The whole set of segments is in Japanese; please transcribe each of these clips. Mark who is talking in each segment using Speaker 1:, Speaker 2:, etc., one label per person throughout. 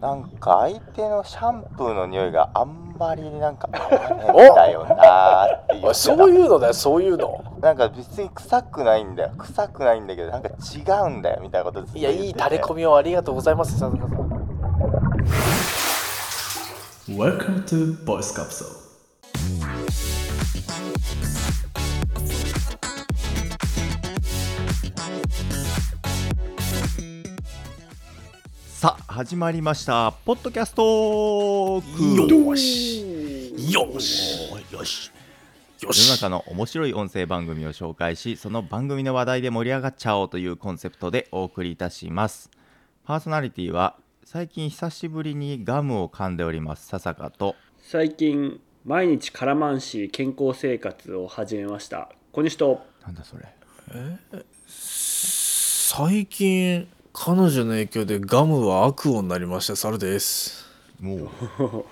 Speaker 1: なんか相手のシャンプーの匂いがあんまりなんか合わねえんだよなーっていう
Speaker 2: おいそういうのだよそういうの
Speaker 1: なんか別に臭くないんだよ臭くないんだけどなんか違うんだよみたいなことずっと
Speaker 2: い
Speaker 1: 言
Speaker 2: や
Speaker 1: ってて
Speaker 2: いい垂れ込みをありがとうございます笹塚さん
Speaker 3: Welcome to Voice Capsule.
Speaker 4: さあ始まりましたポッドキャストトー
Speaker 2: よ
Speaker 4: ク
Speaker 2: しよしよしよ
Speaker 4: 世の
Speaker 2: し
Speaker 4: 中の面白い音声番組を紹介しその番組の話題で盛り上がっちゃおうというコンセプトでお送りいたしますパーソナリティは最近久しぶりにガムを噛んでおりますささかと
Speaker 5: 最近毎日カラマン氏健康生活を始めました小西と
Speaker 4: なんだそれ
Speaker 6: 最近彼女の影響でガムは悪をになりました猿です
Speaker 4: もう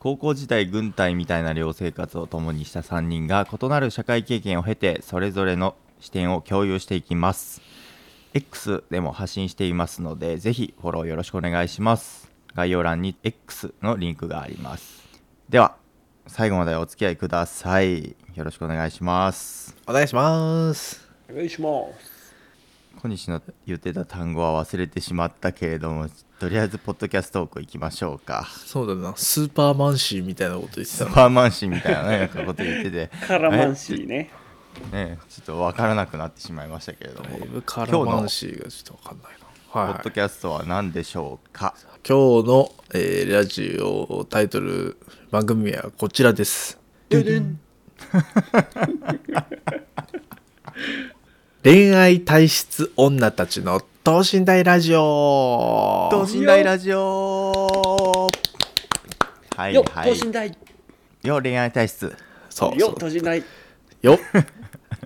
Speaker 4: 高校時代軍隊みたいな寮生活を共にした3人が異なる社会経験を経てそれぞれの視点を共有していきます X でも発信していますのでぜひフォローよろしくお願いします概要欄に X のリンクがありますでは最後までお付き合いくださいよろしくお願いします
Speaker 6: お願いします
Speaker 5: お願いします
Speaker 4: 小西の言ってた単語は忘れてしまったけれどもとりあえずポッドキャストトークいきましょうか
Speaker 6: そうだなスーパーマンシーみたいなこと言って
Speaker 4: ス
Speaker 6: た
Speaker 4: ーパーマンシーみたいなねなんかこと言って て
Speaker 5: カラマン氏ね
Speaker 4: えねちょっと分からなくなってしまいましたけれども
Speaker 6: だい
Speaker 4: 今
Speaker 6: ぶ
Speaker 4: 日
Speaker 6: カラ
Speaker 4: の
Speaker 6: マン
Speaker 4: ポ
Speaker 6: シーがちょっとわかんないなはい、は
Speaker 4: ッド
Speaker 6: い、
Speaker 4: キャストは何でしょうか
Speaker 6: 今日の、えーラジオタイトル番組名はこちらです 恋愛体質女たちの等身大ラジオ
Speaker 4: 等身大ラジオはい
Speaker 5: よ
Speaker 4: は
Speaker 5: 等身
Speaker 4: い
Speaker 5: 大
Speaker 4: よ恋愛体質
Speaker 6: そう
Speaker 5: よ
Speaker 6: そう
Speaker 5: 等身大
Speaker 6: よ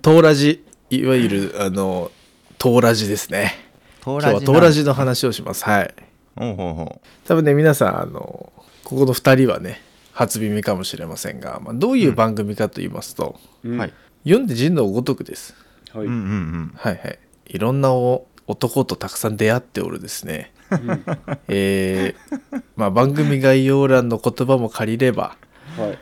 Speaker 6: 東ラジいわゆるあの東ラジですね
Speaker 4: ト
Speaker 6: 今日は東ラジの話をしますはい
Speaker 4: ほうほうほ
Speaker 6: 多分ね皆さんあのここの2人はね初耳かもしれませんが、まあ、どういう番組かと言いますと、
Speaker 4: う、はい
Speaker 6: 読んで人のごとくです
Speaker 5: はい、
Speaker 4: うんうんうん
Speaker 6: はいはいいろんなお男とたくさん出会っておるですね、えーまあ、番組概要欄の言葉も借りれば
Speaker 5: はい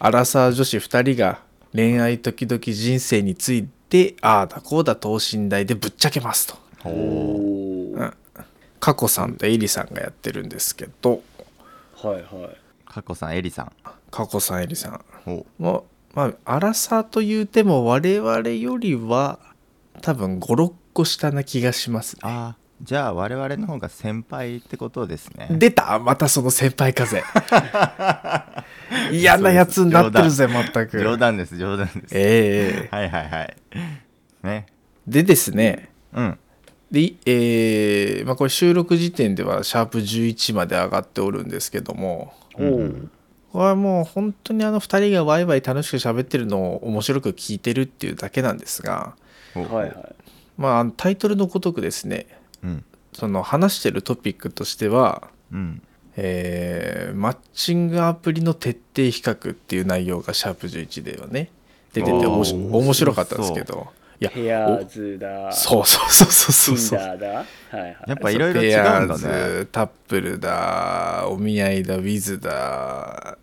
Speaker 6: アラサー女子2人が恋愛時々人生についてああだこうだ等身大でぶっちゃけますと
Speaker 4: ほ
Speaker 5: お
Speaker 4: う
Speaker 5: ー
Speaker 6: 佳子さんとエリさんがやってるんですけど
Speaker 5: はいはい
Speaker 4: かこさんえりさん
Speaker 6: 佳子さんエリさん
Speaker 4: ほ
Speaker 6: もまあアラサーというても我々よりは多分56個下な気がしますね
Speaker 4: あーじゃあ我々の方が先輩ってことですね
Speaker 6: 出たまたその先輩風嫌なやつになってるぜ全く
Speaker 4: 冗談です冗談です、
Speaker 6: ええ
Speaker 4: はいはいはいね
Speaker 6: でですね
Speaker 4: うん
Speaker 6: でえーまあ、これ収録時点ではシャープ11まで上がっておるんですけども
Speaker 5: おー
Speaker 6: これはもう本当にあの2人がワイワイ楽しく喋ってるのを面白く聞いてるっていうだけなんですが、
Speaker 4: ほうほう
Speaker 5: はいはい
Speaker 6: まああの、タイトルのごとくですね
Speaker 4: うん
Speaker 6: その話してるトピックとしては、
Speaker 4: うん
Speaker 6: えーマッチングアプリの徹底比較っていう内容がシャープ11ではね出てておもし
Speaker 4: あー
Speaker 6: 面白かったんですけどいや
Speaker 5: ペアーズだ
Speaker 6: おそうそうそうそうそうそう
Speaker 5: ティンダーだはいはい
Speaker 4: やっぱいろいろ違
Speaker 6: ペ
Speaker 4: う
Speaker 6: ア
Speaker 4: んだ
Speaker 6: ー
Speaker 4: ね
Speaker 6: ズタップルだお見合いだウィズだ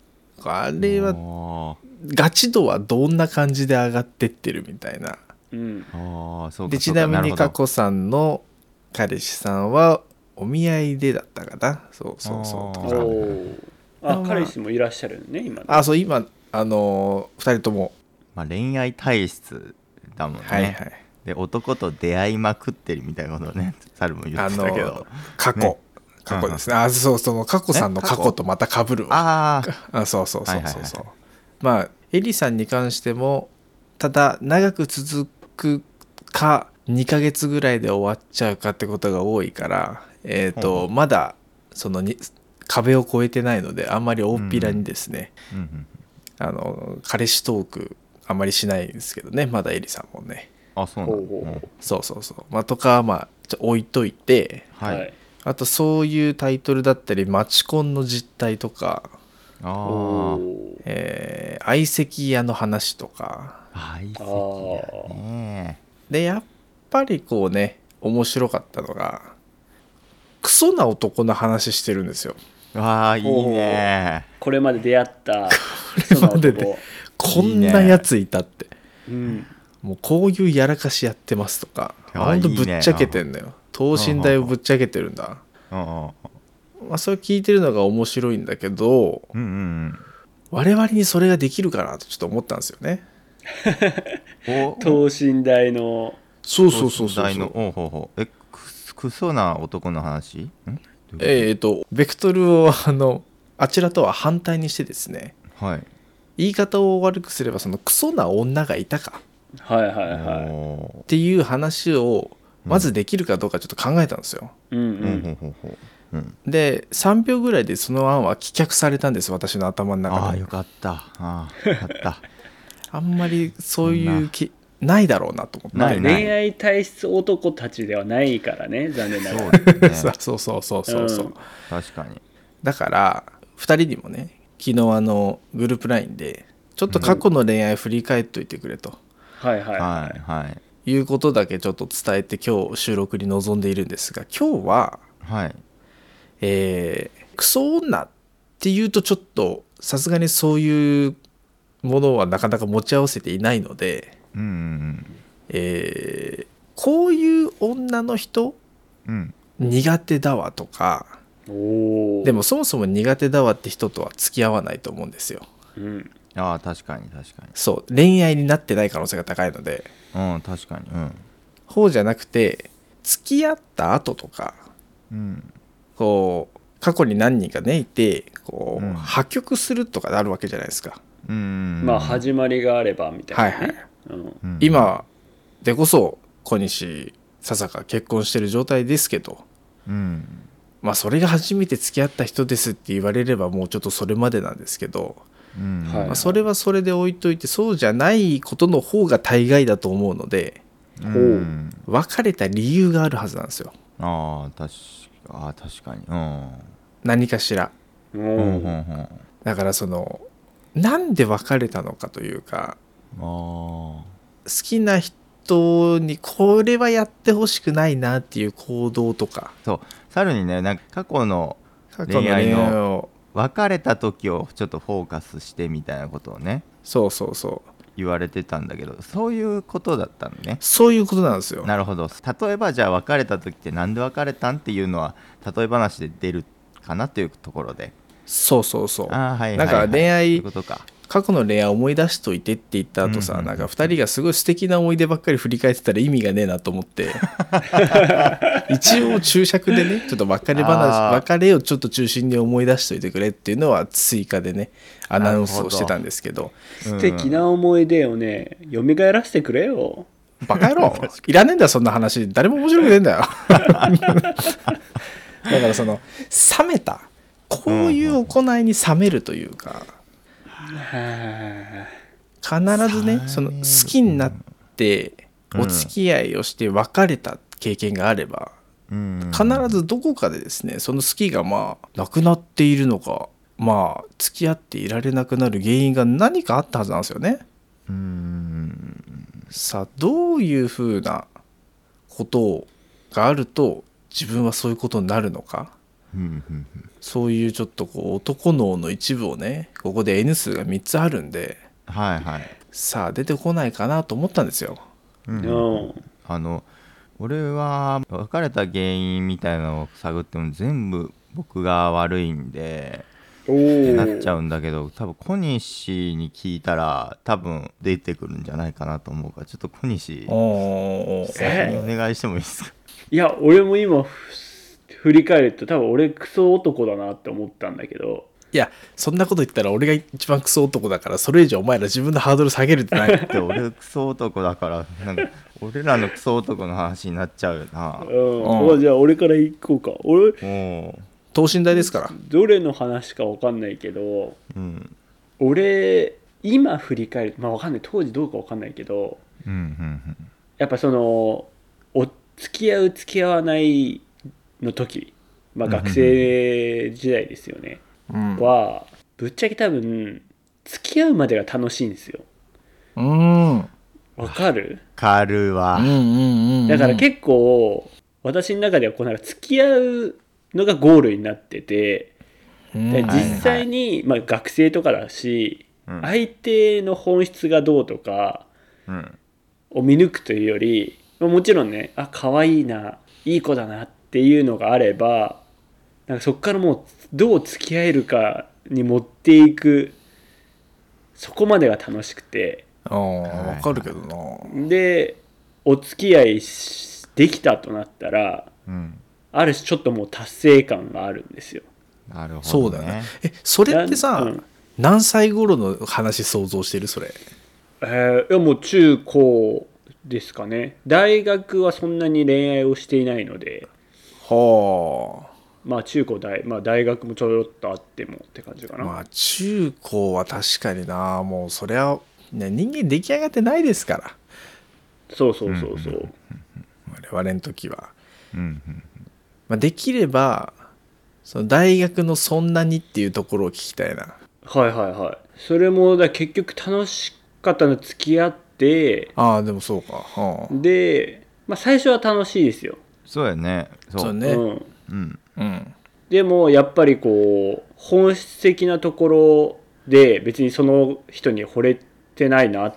Speaker 6: あれは
Speaker 4: あ
Speaker 6: ガチ度はどんな感じで上がってってるみたいな
Speaker 5: うん
Speaker 4: ーあーそうか
Speaker 6: で
Speaker 4: そ
Speaker 6: ち
Speaker 4: うか
Speaker 6: な
Speaker 4: る
Speaker 6: みに
Speaker 4: ほど
Speaker 6: 佳子さんの彼氏さんはお見合いでだったかなそうそうそう
Speaker 4: あ
Speaker 5: お
Speaker 4: ー
Speaker 5: ーあ彼氏もいらっしゃるね今
Speaker 6: あそう今あのー、2人とも、
Speaker 4: まあ、恋愛体質だもんね、
Speaker 6: はいはい
Speaker 4: で男と出会いまくってるみたいなことをね猿も言
Speaker 6: あ
Speaker 4: って
Speaker 6: の
Speaker 4: たけ
Speaker 6: ー
Speaker 4: ど
Speaker 6: 過去、
Speaker 4: ね
Speaker 6: 過去ですね、あそうそう過去さんの過去とまたかぶるわ
Speaker 4: ああ
Speaker 6: あそうそうそう
Speaker 4: はいはい
Speaker 6: そ
Speaker 4: は
Speaker 6: う
Speaker 4: い
Speaker 6: そう、まあエリさんに関してもただ長く続くか2ヶ月ぐらいで終わっちゃうかってことが多いからえっ、
Speaker 4: ほう
Speaker 6: と、
Speaker 4: ほ
Speaker 6: まだそのに壁を越えてないのであんまり大っぴらにですね、
Speaker 4: うんうん
Speaker 6: あの彼氏トークあんまりしないんですけどねまだエリさんもね
Speaker 4: あそうなんだ
Speaker 5: ほうほうほう
Speaker 6: そうそうそうまあとかはまあちょ置いといて
Speaker 4: うんはい、
Speaker 6: あとそういうタイトルだったりマチコンの実態とか
Speaker 4: あ
Speaker 5: お
Speaker 4: ー
Speaker 5: お
Speaker 6: えー相席屋の話とか
Speaker 4: あ相席
Speaker 5: あ
Speaker 4: や
Speaker 5: ー
Speaker 4: ね
Speaker 6: でやっぱりこうね面白かったのがクソな男の話してるんですよ
Speaker 4: わあいいね
Speaker 5: これまで出会った
Speaker 6: れまでで
Speaker 5: その男
Speaker 6: こんなやついたって
Speaker 5: うん、
Speaker 6: もうこういうやらかしやってますとか
Speaker 4: あ
Speaker 6: ほんと
Speaker 4: いいね
Speaker 6: ぶっちゃけてんだよ等身大をぶっちゃけてるんだ
Speaker 4: うんうん
Speaker 6: まあそれ聞いてるのが面白いんだけど
Speaker 4: うんうん
Speaker 6: 我々にそれができるかなとちょっと思ったんですよね
Speaker 4: うんお
Speaker 5: 等身大の
Speaker 6: そうそうそうそう
Speaker 4: 大のおうほうほうえくすくそな男の話んどういう
Speaker 6: えー、とベクトルをあのあちらとは反対にしてですね
Speaker 4: ことはい
Speaker 6: 言い方を悪くすればそのクソな女がいたか
Speaker 5: はいはいは
Speaker 4: お
Speaker 6: っていう話をまずできるかどうかちょっと考えたんですよ、
Speaker 5: いうん
Speaker 4: ー
Speaker 5: う
Speaker 4: うんんほうほうほううん
Speaker 6: で3秒ぐらいでその案は棄却されたんです私の頭の
Speaker 4: あ
Speaker 6: 中
Speaker 4: あ
Speaker 6: で
Speaker 4: よかったああよかった
Speaker 6: あんまりそういう気ないだろうなと思って
Speaker 4: な
Speaker 5: まあ
Speaker 4: いない
Speaker 5: 恋愛体質男たちではないからね残念なが
Speaker 4: そ
Speaker 5: ら
Speaker 4: うですね
Speaker 6: そうそうそうそうそう、
Speaker 5: うん
Speaker 4: 確かに
Speaker 6: だから2人にもね昨日あのグループ LINE でちょっと過去の恋愛振り返っといてくれと
Speaker 5: はいはい
Speaker 4: はいはい
Speaker 6: いうことだけちょっと伝えて今日収録に臨んでいるんですが今日は
Speaker 4: はい
Speaker 6: えークソ女っていうとちょっとさすがにそういうものはなかなか持ち合わせていないので、
Speaker 4: うんうん
Speaker 6: えーこういう女の人
Speaker 4: うんうん
Speaker 6: 苦手だわとか
Speaker 5: おお
Speaker 6: でもそもそも苦手だわって人とは付き合わないと思うんですよ
Speaker 5: うん
Speaker 4: ああ確かに確か
Speaker 6: そう恋愛になってない可能性が高いので
Speaker 4: にうん確かにうん
Speaker 6: 方じゃなくて付き合った後とか
Speaker 4: うん
Speaker 6: こう過去に何人かねいてこう、
Speaker 4: うん
Speaker 6: 破局するとかあるわけじゃないですか、
Speaker 4: うん
Speaker 5: まあ始まりがあればみたいな、
Speaker 6: は
Speaker 5: ね
Speaker 6: いはい
Speaker 5: うん
Speaker 4: うん
Speaker 6: 今でこそ小西笹香結婚してる状態ですけど
Speaker 4: うん
Speaker 6: まあそれが初めて付き合った人ですって言われればもうちょっとそれまでなんですけど、
Speaker 4: うん
Speaker 5: はい
Speaker 6: まあ、それはそれで置いといてそうじゃないことの方が大概だと思うので
Speaker 4: うん
Speaker 6: 別れた理由があるはずなんですよ
Speaker 4: ああ確かあー確かにう
Speaker 6: 何かしら
Speaker 5: お
Speaker 4: んうんう
Speaker 5: ー
Speaker 4: んうんあ
Speaker 6: だからそのなんで別れたのかというか
Speaker 4: あ
Speaker 6: 好きな人にこれはやってほしくないなっていう行動とか
Speaker 4: そう猿にねなんか過去の
Speaker 6: 過去の恋愛
Speaker 4: 恋愛
Speaker 6: を
Speaker 4: 別れた時をちょっとフォーカスしてみたいなことをね
Speaker 6: そうそうそう
Speaker 4: 言われてたんだけどそういうことだったのね
Speaker 6: そういうことなんですよ
Speaker 4: なるほど例えばじゃあ別れた時ってなんで別れたんっていうのは例え話で出るかなというところで
Speaker 6: そうそうそう
Speaker 4: ああはい
Speaker 6: なんか
Speaker 4: はいはい
Speaker 6: 恋
Speaker 4: そう
Speaker 6: 愛
Speaker 4: いうことか
Speaker 6: 過去の恋愛思い出しといてって言った後さ、
Speaker 4: うんうんうん
Speaker 6: なんか2人がすごい素敵な思い出ばっかり振り返ってたら意味がねえなと思って 一応注釈でねちょっと別れ
Speaker 4: あー
Speaker 6: 話別れをちょっと中心に思い出しといてくれっていうのは追加でねアナウンスをしてたんですけど
Speaker 5: 素敵な思い出をね蘇らせてくれよ
Speaker 6: バカ野郎 いらねえんだよそんな話誰も面白くねえんだ よだからその冷めたこういう行いに冷めるというか、
Speaker 5: は
Speaker 6: 必ずねその好きになってお付き合いをして別れた経験があれば、
Speaker 4: うん
Speaker 6: 必ずどこかでですねその好きがまあなくなっているのかまあ付き合っていられなくなる原因が何かあったはずなんですよね。
Speaker 4: うん
Speaker 6: さあどういうふうなことがあると自分はそういうことになるのか
Speaker 4: うんうん
Speaker 6: そういうちょっとこう男脳の一部をねここで N 数が3つあるんで
Speaker 4: はいはい
Speaker 6: さあ出てこないかなと思ったんですよ。
Speaker 4: うん
Speaker 5: いうん
Speaker 4: あの俺は別れた原因みたいなのを探っても全部僕が悪いんで
Speaker 5: お
Speaker 4: なっちゃ
Speaker 5: お
Speaker 4: うんだけど多分小西に聞いたら多分出てくるんじゃないかなと思うからちょっと小西
Speaker 6: おー
Speaker 4: 先にお願いしてもいいですか
Speaker 5: いや俺も今ふ振り返ると多分俺クソ男だなって思ったんだけど
Speaker 6: いやそんなこと言ったら俺が一番クソ男だからそれ以上お前ら自分のハードル下げるってない
Speaker 4: で俺クソ男だからなんか俺らのクソ男の話になっちゃうよな
Speaker 5: うん
Speaker 6: うん
Speaker 5: まあじゃあ俺から行こうか俺
Speaker 4: も
Speaker 6: 等身大ですから
Speaker 5: どれの話か分かんないけど
Speaker 4: ううん
Speaker 5: 俺今振り返るまあ分かんない当時どうか分かんないけど
Speaker 4: うんうん
Speaker 5: やっぱそのお付き合う付き合わないの時、まあ、学生時代ですよ
Speaker 6: うん
Speaker 5: ね、はぶっちゃけ多分付き合うまでが楽しいんですよ
Speaker 6: うんうん
Speaker 5: わかる
Speaker 4: 軽
Speaker 6: うん
Speaker 4: は
Speaker 6: うんうん
Speaker 5: だから結構私の中ではこうなんか付き合うのがゴールになってて、
Speaker 6: うん
Speaker 5: で
Speaker 6: うん
Speaker 5: 実際に、まあ、学生とかだし、
Speaker 4: うん
Speaker 5: 相手の本質がどうとか
Speaker 4: うん
Speaker 5: を見抜くというよりまあもちろんねあ可愛いないい子だなっていうのがあればなんかそこからもうどう付き合えるかに持っていくそこまでが楽しくて
Speaker 6: ああわかるけどな
Speaker 5: でお付き合いしできたとなったら
Speaker 4: うん
Speaker 5: ある種ちょっともう達成感があるんですよ。
Speaker 4: なるほど、ね、
Speaker 6: そうだよねえそれってさ、
Speaker 5: なんうん
Speaker 6: 何歳頃の話想像してるそれ
Speaker 5: えーいやもう中高ですかね大学はそんなに恋愛をしていないので
Speaker 6: は
Speaker 5: まあ中高大、まあ、大学もちょろっとあってもって感じか
Speaker 6: あ
Speaker 5: な、
Speaker 6: まあ中高は確かになもうそりゃ、ね、人間出来上がってないですから
Speaker 5: そうそうそうそう、
Speaker 6: 我々の時は、
Speaker 4: うんうん
Speaker 6: まあ、できればその大学のそんなにっていうところを聞きたいな
Speaker 5: はいはいはいそれもだ結局楽しかったの付き合って
Speaker 6: ああでもそうか、はあ、
Speaker 5: で、まあ、最初は楽しいですよ、
Speaker 4: そうやねそう
Speaker 6: そうね
Speaker 5: うん、
Speaker 4: うん
Speaker 6: うん
Speaker 5: でもやっぱりこう本質的なところで別にその人に惚れてないなっ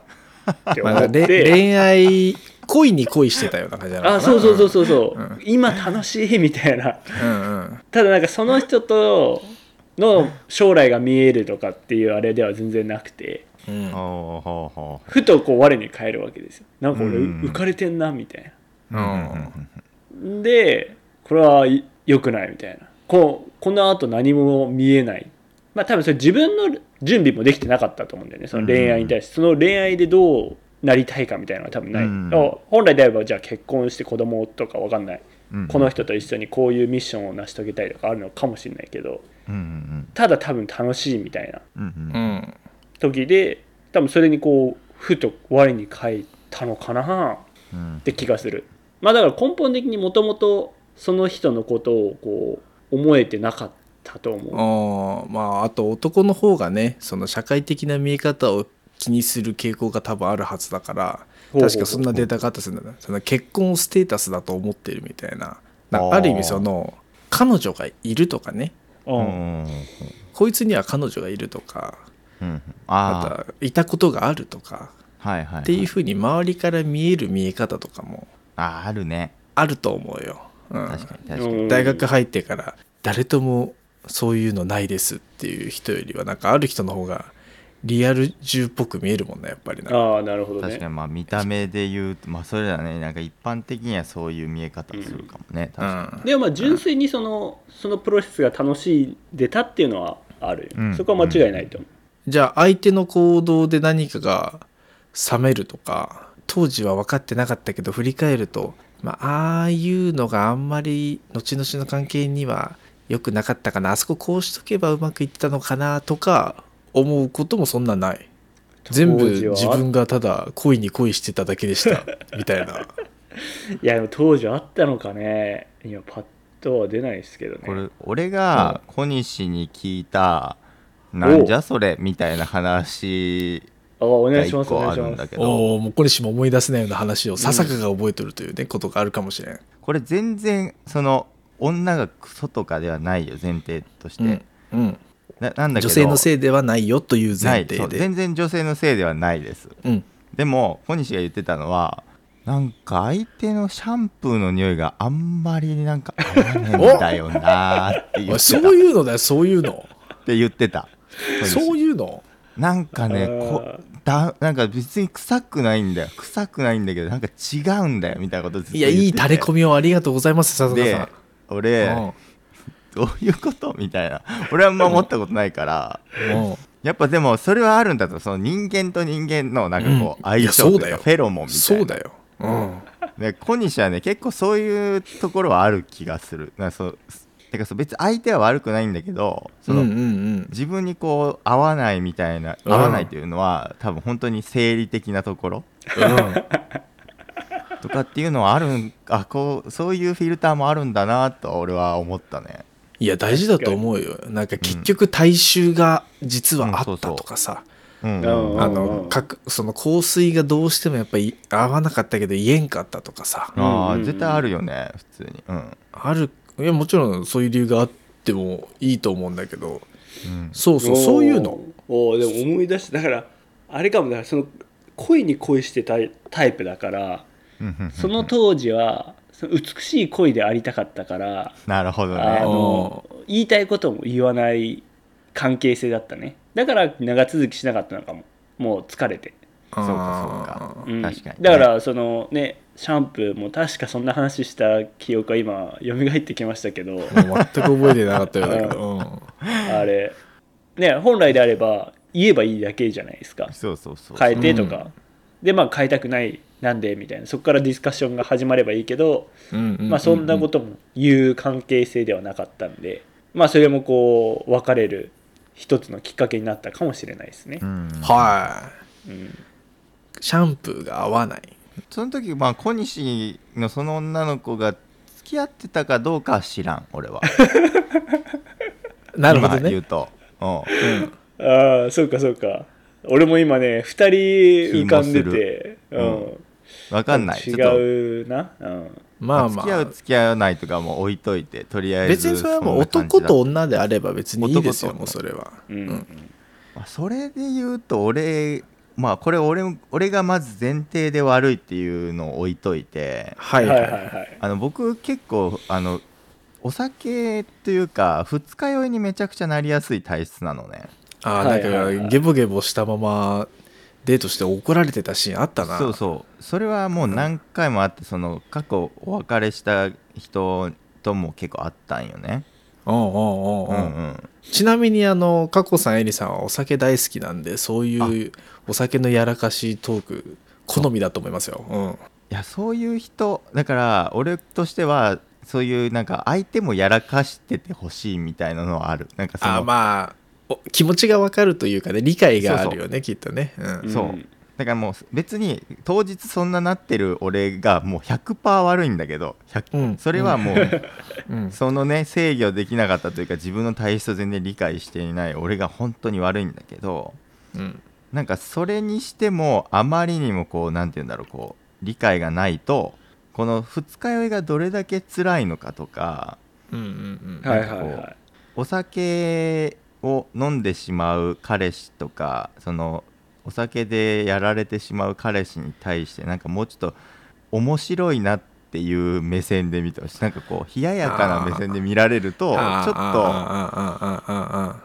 Speaker 5: て 思
Speaker 6: まあ、
Speaker 5: っ
Speaker 6: れ
Speaker 5: て、
Speaker 6: 恋愛恋に恋してたような感じなのかな
Speaker 5: あそうそうそうそうそう、
Speaker 6: うん
Speaker 5: 今楽しいみたいな
Speaker 6: うんうん
Speaker 5: ただなんかその人との将来が見えるとかっていうあれでは全然なくて
Speaker 6: うん
Speaker 4: ほうほうほ
Speaker 5: ふとこう我に返るわけですよなんか俺
Speaker 4: うん
Speaker 5: 浮かれてんなみたい
Speaker 6: うん
Speaker 5: なでこれはい良くないみたいなこうこのあと何も見えないまあ多分それ自分の準備もできてなかったと思うんだよねその恋愛に対してその恋愛でどうなりたいかみたいなのは多分ない、
Speaker 4: うん、
Speaker 5: あ本来であればじゃあ結婚して子供とかわかんないう
Speaker 4: うん、
Speaker 5: この人と一緒にこういうミッションを成し遂げたいとかあるのかもしれないけど
Speaker 4: うんうん
Speaker 5: ただ多分楽しいみたいな
Speaker 4: うんうん
Speaker 6: うん
Speaker 5: 時で多分それにこうふと我に返ったのかな
Speaker 4: うん
Speaker 5: って気がするまあだから根本的にもともとその人のことをこう思えてなかったと思う
Speaker 6: あーまああと男の方がねその社会的な見え方を気にする傾向が多分あるはずだから
Speaker 5: ほうほうほう
Speaker 6: 確かそんなデータがあったするんだなその結婚をステータスだと思ってるみたいなな
Speaker 4: あー
Speaker 6: ある意味その彼女がいるとかね
Speaker 4: う
Speaker 5: うん
Speaker 4: ん
Speaker 6: こいつには彼女がいるとか
Speaker 4: うん
Speaker 6: ま
Speaker 4: あ
Speaker 6: たいたことがあるとか
Speaker 4: あはいはい、はい、
Speaker 6: っていうふうに周りから見える見え方とかも
Speaker 4: ああるね
Speaker 6: あると思うよ、うん、
Speaker 4: 確かに確かに、
Speaker 5: うん
Speaker 6: 大学入ってから誰ともそういうのないですっていう人よりはなんかある人の方がリアル中っぽく見えるもんねやっぱりな
Speaker 5: ああなるほど
Speaker 4: 確か
Speaker 5: ね
Speaker 4: にまあ見た目で言うとまあそれだねなんか一般的にはそういう見え方するかもね、
Speaker 6: う
Speaker 4: 確か
Speaker 6: ん
Speaker 5: でもまあ純粋にそのそのプロセスが楽しんでたっていうのはあるよ、
Speaker 4: うん
Speaker 5: そこは間違いないと思う、
Speaker 6: じゃあ相手の行動で何かが冷めるとか当時は分かってなかったけど振り返ると、まあ、ああいうのがあんまり後々の関係には良くなかったかなあそここうしとけばうまくいってたのかなとか思うこともそんなない全部
Speaker 5: 当時は
Speaker 6: 自分がただ恋に恋してただけでしたみたいない
Speaker 5: やでも当時あったのかね今パッとは出ないですけどね
Speaker 4: にこれ俺が小西に聞いたなんじゃそれみたいな話
Speaker 5: ああお
Speaker 4: が
Speaker 5: 願いし
Speaker 4: 一
Speaker 5: ますお
Speaker 4: 個
Speaker 5: 願
Speaker 4: あ
Speaker 5: いし
Speaker 4: るん
Speaker 5: ま
Speaker 4: だ
Speaker 5: す
Speaker 4: けど
Speaker 6: おおもう小西も思い出せないような話をささかが覚えとるというね、ことがあるかもしれん、
Speaker 4: これ全然その女がクソとかではないよ前提として、
Speaker 6: うんうん、
Speaker 4: ななんだけど
Speaker 6: 女性のせいではないよという前
Speaker 4: な
Speaker 6: 提
Speaker 4: いそう
Speaker 6: で
Speaker 4: 全然女性のせいではないです
Speaker 6: うん
Speaker 4: でも小西が言ってたのはなんか相手のシャンプーの匂いがあんまりなんか合わねえんだよなーって言 っ
Speaker 6: おい
Speaker 4: て
Speaker 6: そ
Speaker 4: た
Speaker 6: ういうのだよそういうの
Speaker 4: って言ってた
Speaker 6: そういうの
Speaker 4: なんかね
Speaker 5: あー
Speaker 4: こだなんか別に臭くないんだよ臭くないんだけどなんか違うんだよみたいなことずっと
Speaker 6: い
Speaker 4: 言
Speaker 6: や
Speaker 4: ってて
Speaker 6: いい垂れ込みをありがとうございます笹
Speaker 4: で
Speaker 6: 田
Speaker 4: 俺、
Speaker 6: さん、うん
Speaker 4: どういうことみたいな俺はあんま思ったことないから
Speaker 6: うん
Speaker 4: やっぱでもそれはあるんだとその人間と人間のなんかこう
Speaker 6: うんい
Speaker 4: 相
Speaker 6: や
Speaker 4: 性
Speaker 6: そう
Speaker 4: と
Speaker 6: だ
Speaker 4: いう
Speaker 6: よ
Speaker 4: かフェロモンみたい
Speaker 6: そ
Speaker 4: な
Speaker 6: うだよ、うん、
Speaker 4: で小西はね結構そういうところはある気がするなんかそうてかそう別に相手は悪くないんだけどその、
Speaker 6: うんうん
Speaker 4: 自分にこう合わないみたいな
Speaker 6: うん
Speaker 4: 合わないというのは、多分本当に生理的なところ
Speaker 6: うん
Speaker 4: とかっていうのはあるんあこうそういうフィルターもあるんだなと俺は思ったね
Speaker 6: いや大事だと思うよなんか結局大衆が実はあ
Speaker 4: うん
Speaker 6: っ
Speaker 4: そ
Speaker 6: た
Speaker 4: うそう
Speaker 6: とかさ、
Speaker 4: うん、
Speaker 5: うん
Speaker 6: あ
Speaker 5: う
Speaker 6: の
Speaker 5: ん
Speaker 6: かくその香水がどうしてもやっぱり合わなかったけど言えんかったとかさ
Speaker 4: あ
Speaker 5: う
Speaker 4: あ
Speaker 5: ん
Speaker 4: 絶対あるよね普通にうん
Speaker 6: あるいやもちろんそういう理由があってもいいと思うんだけど
Speaker 4: うん
Speaker 6: そうそうそういうの
Speaker 5: おーおーでも思い出してだからあれかもだからその恋に恋してたいタイプだから
Speaker 4: うんうんうん
Speaker 5: その当時はその美しい恋でありたかったから
Speaker 4: なるほど
Speaker 5: あ
Speaker 4: ね
Speaker 5: の言いたいことも言わない関係性だったねだから長続きしなかったのかももう疲れて、
Speaker 6: そ
Speaker 4: か
Speaker 6: う
Speaker 4: そうか
Speaker 5: うん、
Speaker 4: 確かにね
Speaker 5: だからそのねシャンプーも確かそんな話した記憶が今蘇ってきました けど
Speaker 6: もう全く覚えてなかったようだけど、うん
Speaker 5: あれね本来であれば言えばいいだけじゃないですか
Speaker 4: そうそうそう
Speaker 5: 変えてとか、でまあ変えたくないなんでみたいなそこからディスカッションが始まればいいけど、
Speaker 6: うんうん
Speaker 5: まあ、そんなことも言う関係性ではなかったんで、まあ、それもこう別れる一つのきっかけになったかもしれないですね
Speaker 4: う。ん
Speaker 6: は
Speaker 5: うん
Speaker 6: いシャンプーが合わない
Speaker 4: その時まあ小西のその女の子が付き合ってたかどうかは知らん俺は
Speaker 6: なるほど
Speaker 4: 今言
Speaker 6: ね
Speaker 4: うとうん
Speaker 5: ああそうかそうか俺も今ね2人浮かんでて、う
Speaker 4: も
Speaker 5: ん、
Speaker 4: わかんないちょっと
Speaker 5: 違うな、うん、
Speaker 6: まあま
Speaker 4: 付き合
Speaker 6: あ
Speaker 4: う付き合わないとかも置いといてとりあえず
Speaker 6: 別にそれはもう男と女であれば別にいいですよ
Speaker 4: 男と女
Speaker 6: もうそれは
Speaker 5: うん
Speaker 4: まあそれで言うと俺まあこれ俺俺がまず前提で悪いっていうのを置いといて
Speaker 6: はい
Speaker 5: は
Speaker 6: はいい
Speaker 5: はい
Speaker 6: は
Speaker 5: はい
Speaker 4: あの僕結構あのお酒というか二日酔いにめちゃくちゃなりやすい体質なのね
Speaker 6: ああ
Speaker 5: は
Speaker 6: ないん
Speaker 5: はいはい
Speaker 6: かゲボゲボしたままデートして怒られてたシーンあったな
Speaker 4: そうそうそれはもう何回もあってその過去お別れした人とも結構あったんよね
Speaker 6: うんうん
Speaker 4: う
Speaker 6: うんん
Speaker 4: う
Speaker 6: うん
Speaker 4: ん
Speaker 6: ちなみにあの佳子さんえりさんはお酒大好きなんでそういうお酒のやらかしトーク好みだと思いますよ、うん、
Speaker 4: いやそういう人だから俺としてはそういうなんか相手もやらかしててほしいみたいなのはあるなんかその
Speaker 6: あまあお気持ちが分かるというかね理解があるよねきっとね、うん
Speaker 5: うん
Speaker 4: そう、だからもう別に当日そんななってる俺がもう100%悪いんだけど、100
Speaker 6: うん
Speaker 4: それはもう
Speaker 6: うん
Speaker 4: そのね制御できなかったというか自分の体質を全然理解していない俺が本当に悪いんだけど
Speaker 6: うん
Speaker 4: なんかそれにしてもあまりにもこうなんて言うんだろうこう理解がないとこの二日酔いがどれだけ辛いのかとか
Speaker 6: うんうん
Speaker 5: はいはいは
Speaker 4: お酒を飲んでしまう彼氏とかそのお酒でやられてしまう彼氏に対してなんかもうちょっと面白いなっていう目線で見てほしいなんかこう冷ややかな目線で見られるとちょ
Speaker 6: あー
Speaker 4: っと
Speaker 6: あーあーあーあーあーあ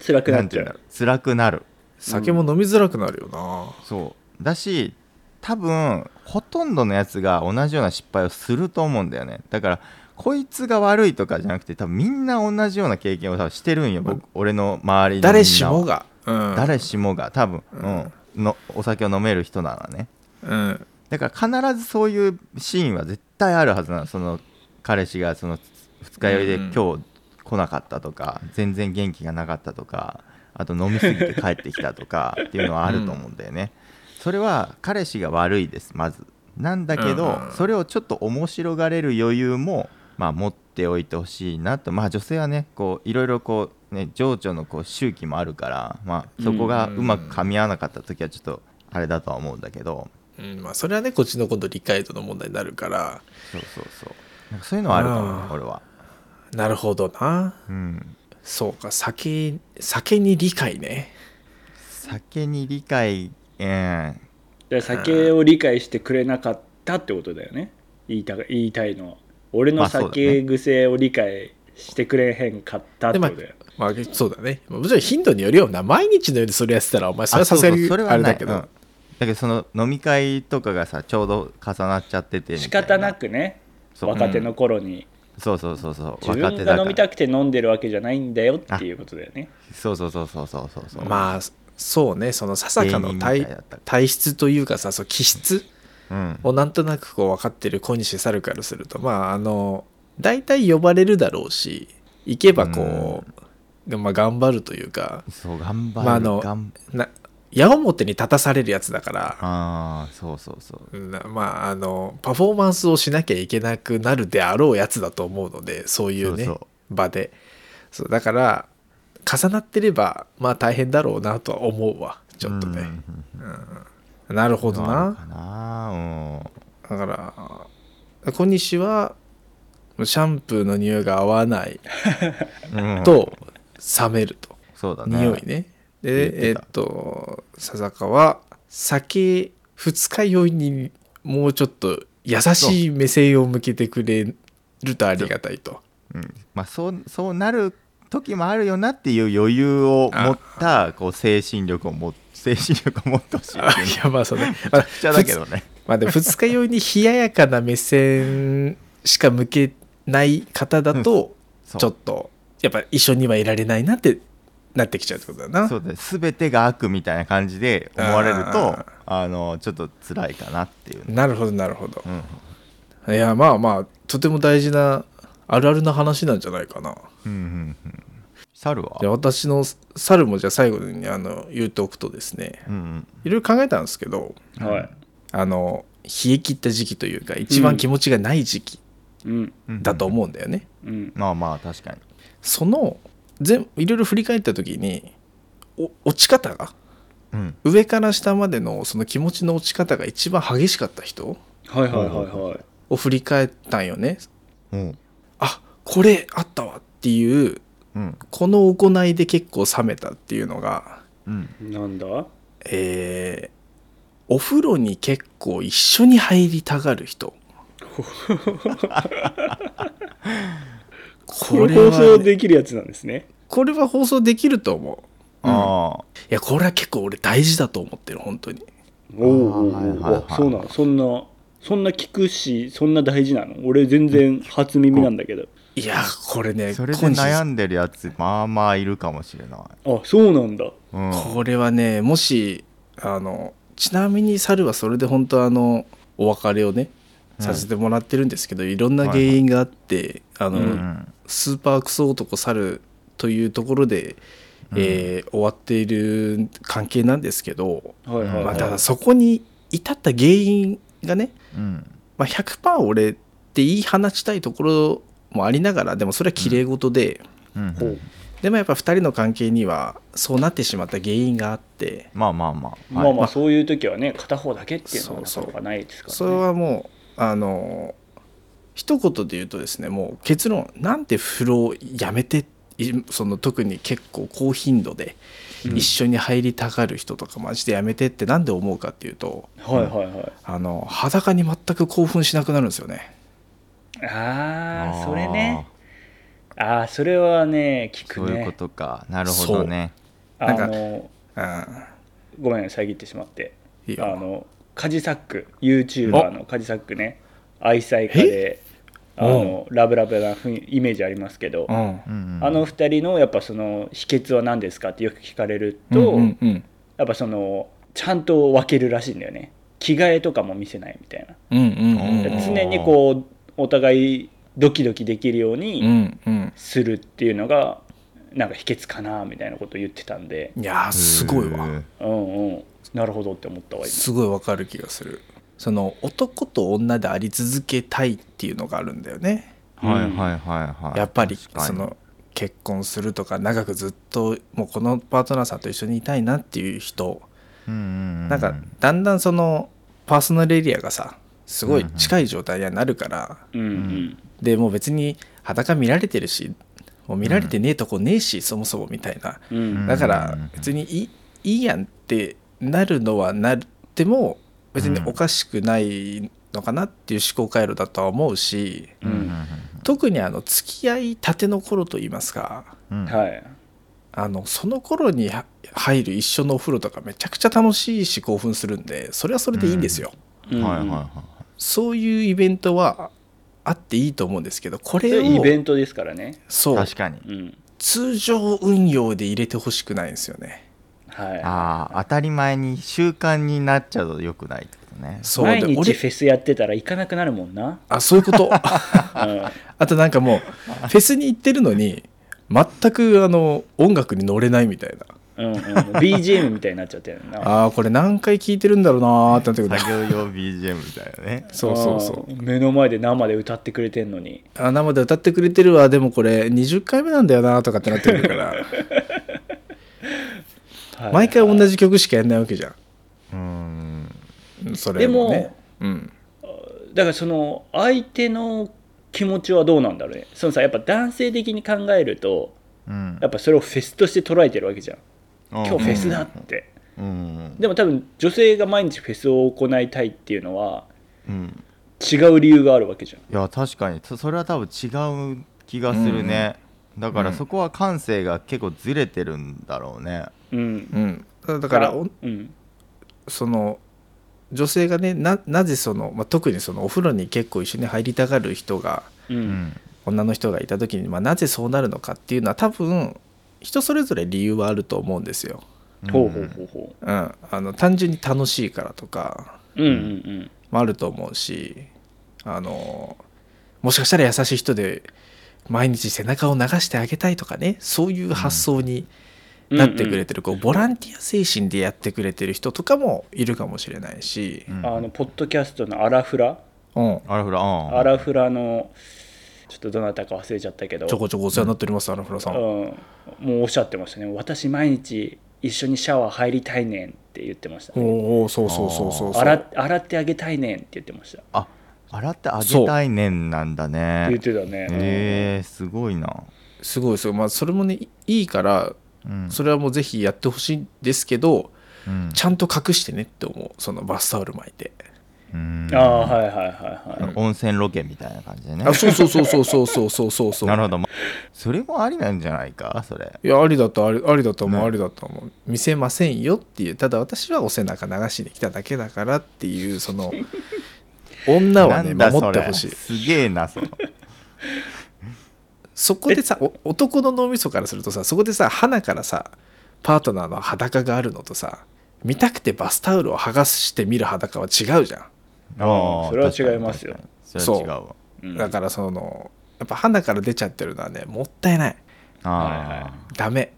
Speaker 6: ー
Speaker 5: い辛くな
Speaker 4: な
Speaker 5: っ
Speaker 4: んて
Speaker 5: ち
Speaker 4: い
Speaker 5: ゃ
Speaker 4: うんだ
Speaker 5: う
Speaker 4: ろう辛くなる
Speaker 6: 酒も飲みづらくなるよな、
Speaker 4: そうだし多分ほとんどのやつが同じような失敗をすると思うんだよねだからこいつが悪いとかじゃなくて多分みんな同じような経験を多分してるんよ僕俺の周りのみんなは
Speaker 6: 誰しもが、うん、
Speaker 4: 誰しもが多分、うんのお酒を飲める人ならね
Speaker 6: うん
Speaker 4: だから必ずそういうシーンは絶対あるはずなのその彼氏がその二日酔いで
Speaker 6: うんうん
Speaker 4: 今日来なかったとか、全然元気がなかったとかあと飲みすぎて帰ってきたと かっていうのはあると思うんだよね、それは彼氏が悪いですまずなんだけど、
Speaker 6: うんうん
Speaker 4: それをちょっと面白がれる余裕も、まあ、持っておいてほしいなとまあ女性はねこういろいろこうね情緒のこう周期もあるから、まあ、そこがうまく噛み合わなかった時はちょっとあれだとは思うんだけど、
Speaker 6: うん、まあそれはねこっちの今度理解度の問題になるから
Speaker 4: そうそうそうなんかそういうのはあるかもね
Speaker 6: あー
Speaker 4: 俺は
Speaker 6: なるほどな
Speaker 4: うん
Speaker 6: そうか酒酒に理解ね
Speaker 4: 酒に理解えー
Speaker 5: で酒を理解してくれなかったってことだよね言いた言いたいのは俺
Speaker 4: ま
Speaker 5: の
Speaker 4: あそうだね
Speaker 5: 酒癖を理解してくれへんかったって
Speaker 6: で
Speaker 5: こ
Speaker 6: まあ
Speaker 5: とだよ、
Speaker 6: まあ、そうだねもちろん頻度によるような毎日のようにそれやってたらお前それは
Speaker 4: あ
Speaker 6: さ
Speaker 4: そうそ
Speaker 6: すが
Speaker 4: う
Speaker 6: に
Speaker 4: それ
Speaker 6: あ
Speaker 4: は
Speaker 6: れ
Speaker 4: な
Speaker 6: だ
Speaker 4: い
Speaker 6: け
Speaker 4: うんだ
Speaker 6: ど
Speaker 4: けどその飲み会とかがさちょうど重なっちゃっててみたい
Speaker 5: 仕方なくね
Speaker 4: そう
Speaker 5: 若手の頃に、
Speaker 4: そうそうそうそう
Speaker 5: 自分が飲みたくて飲んでるわけじゃないんだよっていうことだよね
Speaker 4: そうそうそうそうそうそうそう
Speaker 6: まあそうねそのささか
Speaker 4: 芸人
Speaker 6: の
Speaker 4: みたい
Speaker 6: 体
Speaker 4: だった
Speaker 6: 体質というかさそう気質
Speaker 4: あうん
Speaker 6: をなんとなくこう分かってる小西猿からするとまああの大体呼ばれるだろうし行けばこう、まあ、頑張るというか
Speaker 4: そう頑張る、
Speaker 6: まああの
Speaker 4: がん
Speaker 6: な矢面に立たされるやつだから
Speaker 4: あーそうそうそう
Speaker 6: なまああのパフォーマンスをしなきゃいけなくなるであろうやつだと思うのでそういうね
Speaker 4: そうそ
Speaker 6: 場でそうだから重なってればまあ大変だろうなとは思うわちょっとね、うんなるほど
Speaker 4: ある
Speaker 6: な
Speaker 4: かなうん
Speaker 6: だから小西はシャンプーの匂いが合わない
Speaker 4: うん
Speaker 6: と冷めると、
Speaker 4: そうだね
Speaker 6: 匂いねでえっと笹川は酒二日酔いにもうちょっと優しい目線を向けてくれるとありがたいと
Speaker 4: うんまあ、そうそうなる時もあるよなっていう余裕を持ったこう精神力を持精神力を持ってほしい
Speaker 6: あ
Speaker 4: っていう
Speaker 6: いやまあそ うね、まあ、
Speaker 4: ピッチャーだけどね
Speaker 6: まあでも二日酔いに冷ややかな目線しか向けない方だと
Speaker 4: そう
Speaker 6: ちょっとやっぱ一緒にはいられないなってなってきちゃうってことだな
Speaker 4: そうだね全てが悪みたいな感じで思われると
Speaker 6: あ
Speaker 4: あのちょっと辛いかなっていうね、
Speaker 6: なるほどなるほど
Speaker 4: うん
Speaker 6: いやまあまあとても大事なあるあるな話なんじゃないかな
Speaker 4: うんうんうん、猿は
Speaker 6: じゃあ私の猿もじゃあ最後にあの言っておくとですね
Speaker 4: うんうん、
Speaker 6: いろいろ考えたんですけど
Speaker 5: は
Speaker 6: あの冷え切った時期というか一番気持ちがない時期
Speaker 5: い。うん。
Speaker 4: うんうん
Speaker 6: だと思うんだよね、
Speaker 5: うん。
Speaker 4: まあまあ確かに
Speaker 6: その全いろいろ振り返った時にお落ち方が
Speaker 4: うん
Speaker 6: 上から下までのその気持ちの落ち方が一番激しかった人
Speaker 5: はいはいはいはい。
Speaker 6: を振り返ったんよね
Speaker 4: うん
Speaker 6: あこれあったわっていう
Speaker 4: うん
Speaker 6: この行いで結構冷めたっていうのが
Speaker 4: うん
Speaker 5: なんだ
Speaker 6: えーお風呂に結構一緒に入りたがる人
Speaker 5: こ
Speaker 6: こ
Speaker 5: れ
Speaker 6: れは
Speaker 5: 放送
Speaker 6: ね、
Speaker 5: できるやつなんですね。
Speaker 6: これは放送できると思う
Speaker 4: ああ
Speaker 6: いやこれは結構俺大事だと思ってる本当に
Speaker 5: おおうおうおう、
Speaker 4: はいはいはい
Speaker 5: あそうなのそんな、そんな聞くし、そんな大事なの俺全然初耳なんだけど。
Speaker 6: いやこれね
Speaker 4: それで
Speaker 6: 今
Speaker 4: 悩
Speaker 6: 時
Speaker 4: んでるやつまあまあいるかもしれない、
Speaker 5: あ、そうなんだ。
Speaker 4: うん、
Speaker 6: これはねもしあのちなみに猿はそれで本当あのお別れをねさせてもらってるんですけど、いろんな原因があって、あ
Speaker 4: う
Speaker 6: の、
Speaker 4: ん
Speaker 6: スーパークソ男猿というところで、えー終わっている関係なんですけど、
Speaker 5: はいはい、はい。
Speaker 6: まあ、ただそこに至った原因がね、
Speaker 4: うん
Speaker 6: まあ、100%俺って言い放ちたいところもありながらでもそれはきれい事で。
Speaker 4: うんう
Speaker 5: ほ
Speaker 4: ん
Speaker 5: う
Speaker 6: でもやっぱ2人の関係にはそうなってしまった原因があって
Speaker 4: まあまあまあ、
Speaker 5: まあまあ、そういう時はね、片方だけっていうのはな
Speaker 6: そう
Speaker 5: かな
Speaker 6: そう
Speaker 5: かないですから、ね。
Speaker 6: それはもうあの一言で言うとですねもう結論なんて風呂をやめていその特に結構高頻度で一緒に入りたがる人とかマジでやめてってなんで思うかっていうと
Speaker 5: はいはいはい。
Speaker 6: あの裸に全く興奮しなくなるんですよね。
Speaker 5: あ
Speaker 4: あー
Speaker 5: あそれねああそれはね聞く
Speaker 4: そ
Speaker 5: ね
Speaker 4: ういうことかなるほどね
Speaker 5: あ
Speaker 6: なん
Speaker 5: の
Speaker 6: うん
Speaker 5: ごめん遮ってしまって
Speaker 6: いいよ
Speaker 5: あのカジサック YouTuber のカジサックね愛妻家であのラブラブな雰囲イメージありますけど、
Speaker 6: うん
Speaker 4: うん
Speaker 5: あの二人のやっぱその秘訣は何ですかってよく聞かれると、
Speaker 6: うんうん
Speaker 5: やっぱそのちゃんと分けるらしいんだよね着替えとかも見せないみたいな
Speaker 6: うんうんうん
Speaker 4: うん
Speaker 5: 常にこうお互いドキドキできるように、
Speaker 6: うんうん
Speaker 5: するっていうのがなんか秘訣かなみたいなことを言ってたんで
Speaker 6: いやーすごいわ。
Speaker 5: うんうんなるほどって思ったわ
Speaker 6: すごいわかる気がするその男と女であり続けたいっていうのがあるんだよね
Speaker 5: うん
Speaker 4: はいはいはいはい
Speaker 6: やっぱり
Speaker 4: 確かに
Speaker 6: その結婚するとか長くずっともうこのパートナーさんと一緒にいたいなっていう人
Speaker 4: うんうんう
Speaker 6: なんかだんだんそのパーソナルエリアがさすごい近い状態になるから
Speaker 5: 今うん
Speaker 6: でもう別に裸見られてるしもう見られてねえとこねえしそもそもみたいな
Speaker 5: うんうん
Speaker 6: だから別にいいいいやんってなるのはなっても別におかしくないのかなっていう思考回路だとは思うし
Speaker 5: う
Speaker 4: うん
Speaker 5: ん
Speaker 6: 特にあの付き合いたての頃といいますか
Speaker 4: うんうん
Speaker 5: はい
Speaker 6: あのその頃には入る一緒のお風呂とかめちゃくちゃ楽しいし興奮するんでそれはそれでいいんですよ、
Speaker 5: うん
Speaker 4: はいはいはい
Speaker 6: そういうイベントはあっていいと思うんですけどこ
Speaker 5: そ
Speaker 6: れ
Speaker 5: れ
Speaker 6: を
Speaker 5: イベントですからね
Speaker 6: そう
Speaker 4: 確かに
Speaker 5: うん
Speaker 6: 通常運用で入れてほしくないんですよね
Speaker 5: は
Speaker 4: ああ当たり前に習慣になっちゃうと良くないってことね
Speaker 5: い
Speaker 6: そう
Speaker 5: 毎
Speaker 6: で
Speaker 5: 日
Speaker 6: 俺
Speaker 5: フェスやってたら行かなくなるもんな
Speaker 6: あそういうこと
Speaker 5: うん
Speaker 6: あとなんかもうフェスに行ってるのに全くあの音楽に乗れないみたいな
Speaker 5: うんうん BGM みたいになっちゃってるな
Speaker 6: ああこれ何回聴いてるんだろうなーってなってくる
Speaker 4: 作業用 BGM みたいなね
Speaker 6: そうそうそう
Speaker 5: うん目の前で生で歌ってくれてんのに
Speaker 6: あ生で歌ってくれてるわでもこれ20回目なんだよなーとかってなってくるから
Speaker 5: はい
Speaker 6: 毎回同じ曲しかやんないわけじゃ
Speaker 4: うん
Speaker 6: んそれもね
Speaker 5: でも
Speaker 6: うん
Speaker 5: だからその相手の気持ちはどうなんだろうねそのさやっぱ男性的に考えると
Speaker 4: うん
Speaker 5: やっぱそれをフェスとして捉えてるわけじゃん
Speaker 4: 今
Speaker 5: 今日フェスだって
Speaker 4: うん
Speaker 5: でも多分女性が毎日フェスを行いたいっていうのは
Speaker 4: うん
Speaker 5: 違う理由があるわけじゃん
Speaker 4: いや確かにそそれは多分違う気がするね、だからそこは感性が結構ずれてるんだろうね
Speaker 5: うん
Speaker 6: うん、だからお
Speaker 5: うん
Speaker 6: その女性がねななぜその、まあ、特にそのお風呂に結構一緒に入りたがる人が
Speaker 5: う
Speaker 4: うんん
Speaker 6: 女の人がいた時に、まあ、なぜそうなるのかっていうのは多分人それぞれ理由はあると思うんですよ。
Speaker 5: ほうほうほうほ
Speaker 6: うん、あの単純に楽しいからとか
Speaker 5: ううんうん
Speaker 6: もあると思うしあのもしかしたら優しい人で毎日背中を流してあげたいとかねそういう発想に
Speaker 5: うん
Speaker 6: なってくれてる、こうボランティア精神でやってくれてる人とかもいるかもしれないし、
Speaker 4: う
Speaker 5: うんんあのポッドキャストのアラフラ
Speaker 6: うん、
Speaker 4: あらふらあ
Speaker 5: アラフラのちょっとどなたか忘れちゃったけど
Speaker 6: ちょこちょこお世話になっております、アナフラさ。
Speaker 5: うんん、もうおっしゃってましたね私毎日一緒にシャワー入りたいねんって言ってました、ね、
Speaker 6: おお、そうそうそうそうそう。
Speaker 5: 洗っ洗ってあげたいねんって言ってました
Speaker 4: あ洗ってあげたいねんなんだ
Speaker 5: 言っ
Speaker 4: ね
Speaker 5: てたね、
Speaker 4: えー、すごいな
Speaker 6: すごいですよ。まあ、それもね、いいいから、
Speaker 4: うん
Speaker 6: それはもうぜひやってほしいんですけど、
Speaker 4: うん
Speaker 6: ちゃんと隠してねって思う、そのバスタオル巻いて。
Speaker 4: うん
Speaker 5: ああはいはいはいはい
Speaker 4: 温泉ロケみたいな感じでね
Speaker 6: あ、そうそうそうそうそうそうそうそう そう。
Speaker 4: なるほど、まそれもありなんじゃないかそれ
Speaker 6: いや、ありだと、ありありだと思う、
Speaker 4: ね
Speaker 6: ありだと思う。見せませんよっていう、ただ私はお背中流しに来ただけだからっていう、そ の、女はね、
Speaker 4: なんだ
Speaker 6: 守
Speaker 4: そ
Speaker 6: っ
Speaker 4: れ
Speaker 6: てほしい。
Speaker 4: すげえなそ の
Speaker 6: そこでさお男の脳みそからするとさそこでさ鼻からさパートナーの裸があるのとさ見たくてバスタオルを剥がして見る裸は違うじゃ
Speaker 4: あー
Speaker 5: それは違いますよ
Speaker 4: 確かにそれは違うわ
Speaker 5: うんん
Speaker 6: だからそのやっぱ鼻から出ちゃってるのはねもったいない
Speaker 5: はい
Speaker 4: あ
Speaker 5: は
Speaker 4: あ
Speaker 6: ダメ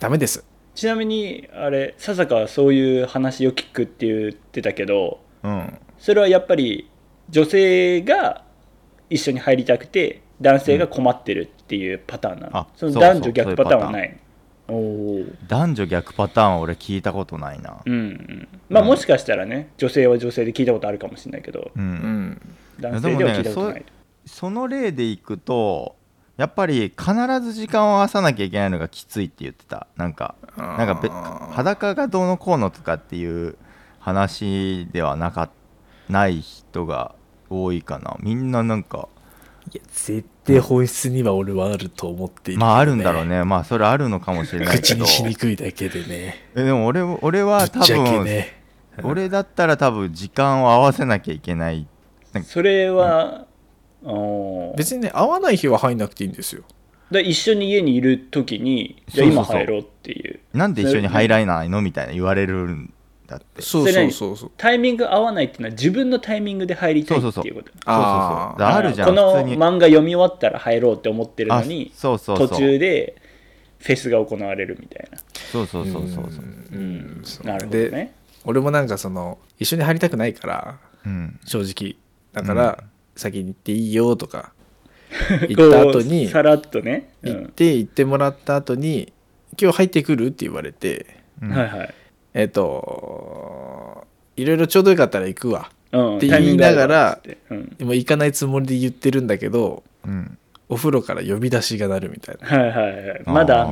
Speaker 6: ダメです
Speaker 5: ちなみにあれ笹香はそういう話よく聞くって言ってたけど
Speaker 4: うん
Speaker 5: それはやっぱり女性が一緒に入りたくて男性が困ってるっていうパターンなの、
Speaker 4: うんあ
Speaker 5: その
Speaker 4: そうそう
Speaker 5: 男女逆パターンはないおおー
Speaker 4: 男女逆パターンは俺聞いたことないな
Speaker 5: うんうんまあもしかしたらね女性は女性で聞いたことあるかもしれないけど
Speaker 4: うん、
Speaker 6: うん
Speaker 5: 男性では聞いたこと
Speaker 4: でも
Speaker 5: な
Speaker 4: ね
Speaker 5: い
Speaker 4: その例でいくとやっぱり必ず時間を合わさなきゃいけないのがきついって言ってたなんかなんかべ裸がどうのこうのとかっていう話ではなかない人が多いかなみんななんか
Speaker 6: いや絶対本質には俺はあると思ってい
Speaker 4: まああるんだろうねまあそれあるのかもしれないけど
Speaker 6: くいだけでね
Speaker 4: えでも俺俺は多分、俺だったら多分時間を合わせなきゃいけない
Speaker 5: それは、おー
Speaker 6: 別にね合わない日は入んなくていいんですよ
Speaker 5: で一緒に家にいる時にじゃあ
Speaker 4: そうそ
Speaker 5: 今
Speaker 4: うそう
Speaker 5: 入ろうっていう
Speaker 4: なんで一緒に入らないのみたいな言われるんだって
Speaker 6: そう
Speaker 5: それ
Speaker 6: そう
Speaker 5: 何
Speaker 6: そうそう
Speaker 5: タイミング合わないっていうのは自分のタイミングで入りたいっていう
Speaker 4: そ
Speaker 6: あ
Speaker 5: こと
Speaker 4: うそうそうだからあるじゃん
Speaker 5: この
Speaker 4: 普通に
Speaker 5: 漫画読み終わったら入ろうって思ってるのに
Speaker 4: あそうそうそう
Speaker 5: 途中でフェスが行われるみたい
Speaker 4: そうそうそうそうそう
Speaker 6: うんそう
Speaker 5: ななるほど
Speaker 6: で
Speaker 5: ね
Speaker 6: 俺もなんかその一緒に入りたくないから
Speaker 4: うん
Speaker 6: 正直だから先に行っていいよと か行
Speaker 5: こう
Speaker 6: った後に
Speaker 5: さらっとね、う
Speaker 6: 行っ
Speaker 5: ん
Speaker 6: て行ってもらった後に「今日入ってくる?」って言われて
Speaker 4: うん
Speaker 5: はいはい、
Speaker 6: えっ、といろいろちょうどよかったら行くわ
Speaker 5: うん、
Speaker 6: って言いながら
Speaker 5: タイミング合えばっつってうん
Speaker 6: でも行かないつもりで言ってるんだけど
Speaker 4: うん
Speaker 6: お風呂から呼び出しが鳴るみたいな
Speaker 5: はいはいはいまだ
Speaker 4: あ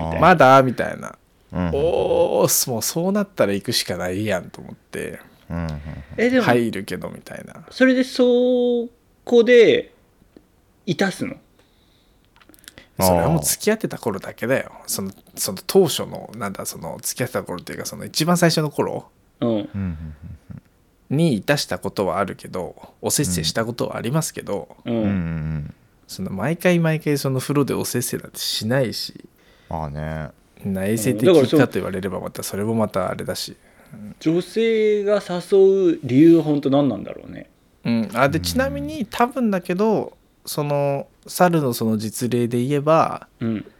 Speaker 4: ー
Speaker 5: みた
Speaker 6: 「
Speaker 5: いな
Speaker 6: まだ?」
Speaker 4: うん
Speaker 6: みたいな「おおもうそうなったら行くしかないやん」と思って
Speaker 4: うんうん
Speaker 5: えでも、
Speaker 6: 入るけどみたいな
Speaker 5: それでそこでいたすの
Speaker 6: それはもう
Speaker 4: あー
Speaker 6: 付き合ってた頃だけだよそのその当初のなんだその付き合ってた頃っていうかその一番最初の頃
Speaker 5: うん
Speaker 4: うんうん
Speaker 6: にいたしたことはあるけどおせっせしたことはありますけど、
Speaker 5: う
Speaker 4: うんうんうんん
Speaker 6: その毎回毎回その風呂でおせっせなんてしないし
Speaker 4: まあね
Speaker 6: な衛生的
Speaker 5: だから
Speaker 6: か
Speaker 5: そ
Speaker 6: と
Speaker 5: う
Speaker 6: 言われればまたそれもまたあれだし、
Speaker 5: 女性が誘う理由は本当何なんだろうね
Speaker 6: うん、あでちなみに多分だけどその猿のその実例で言えば
Speaker 5: うん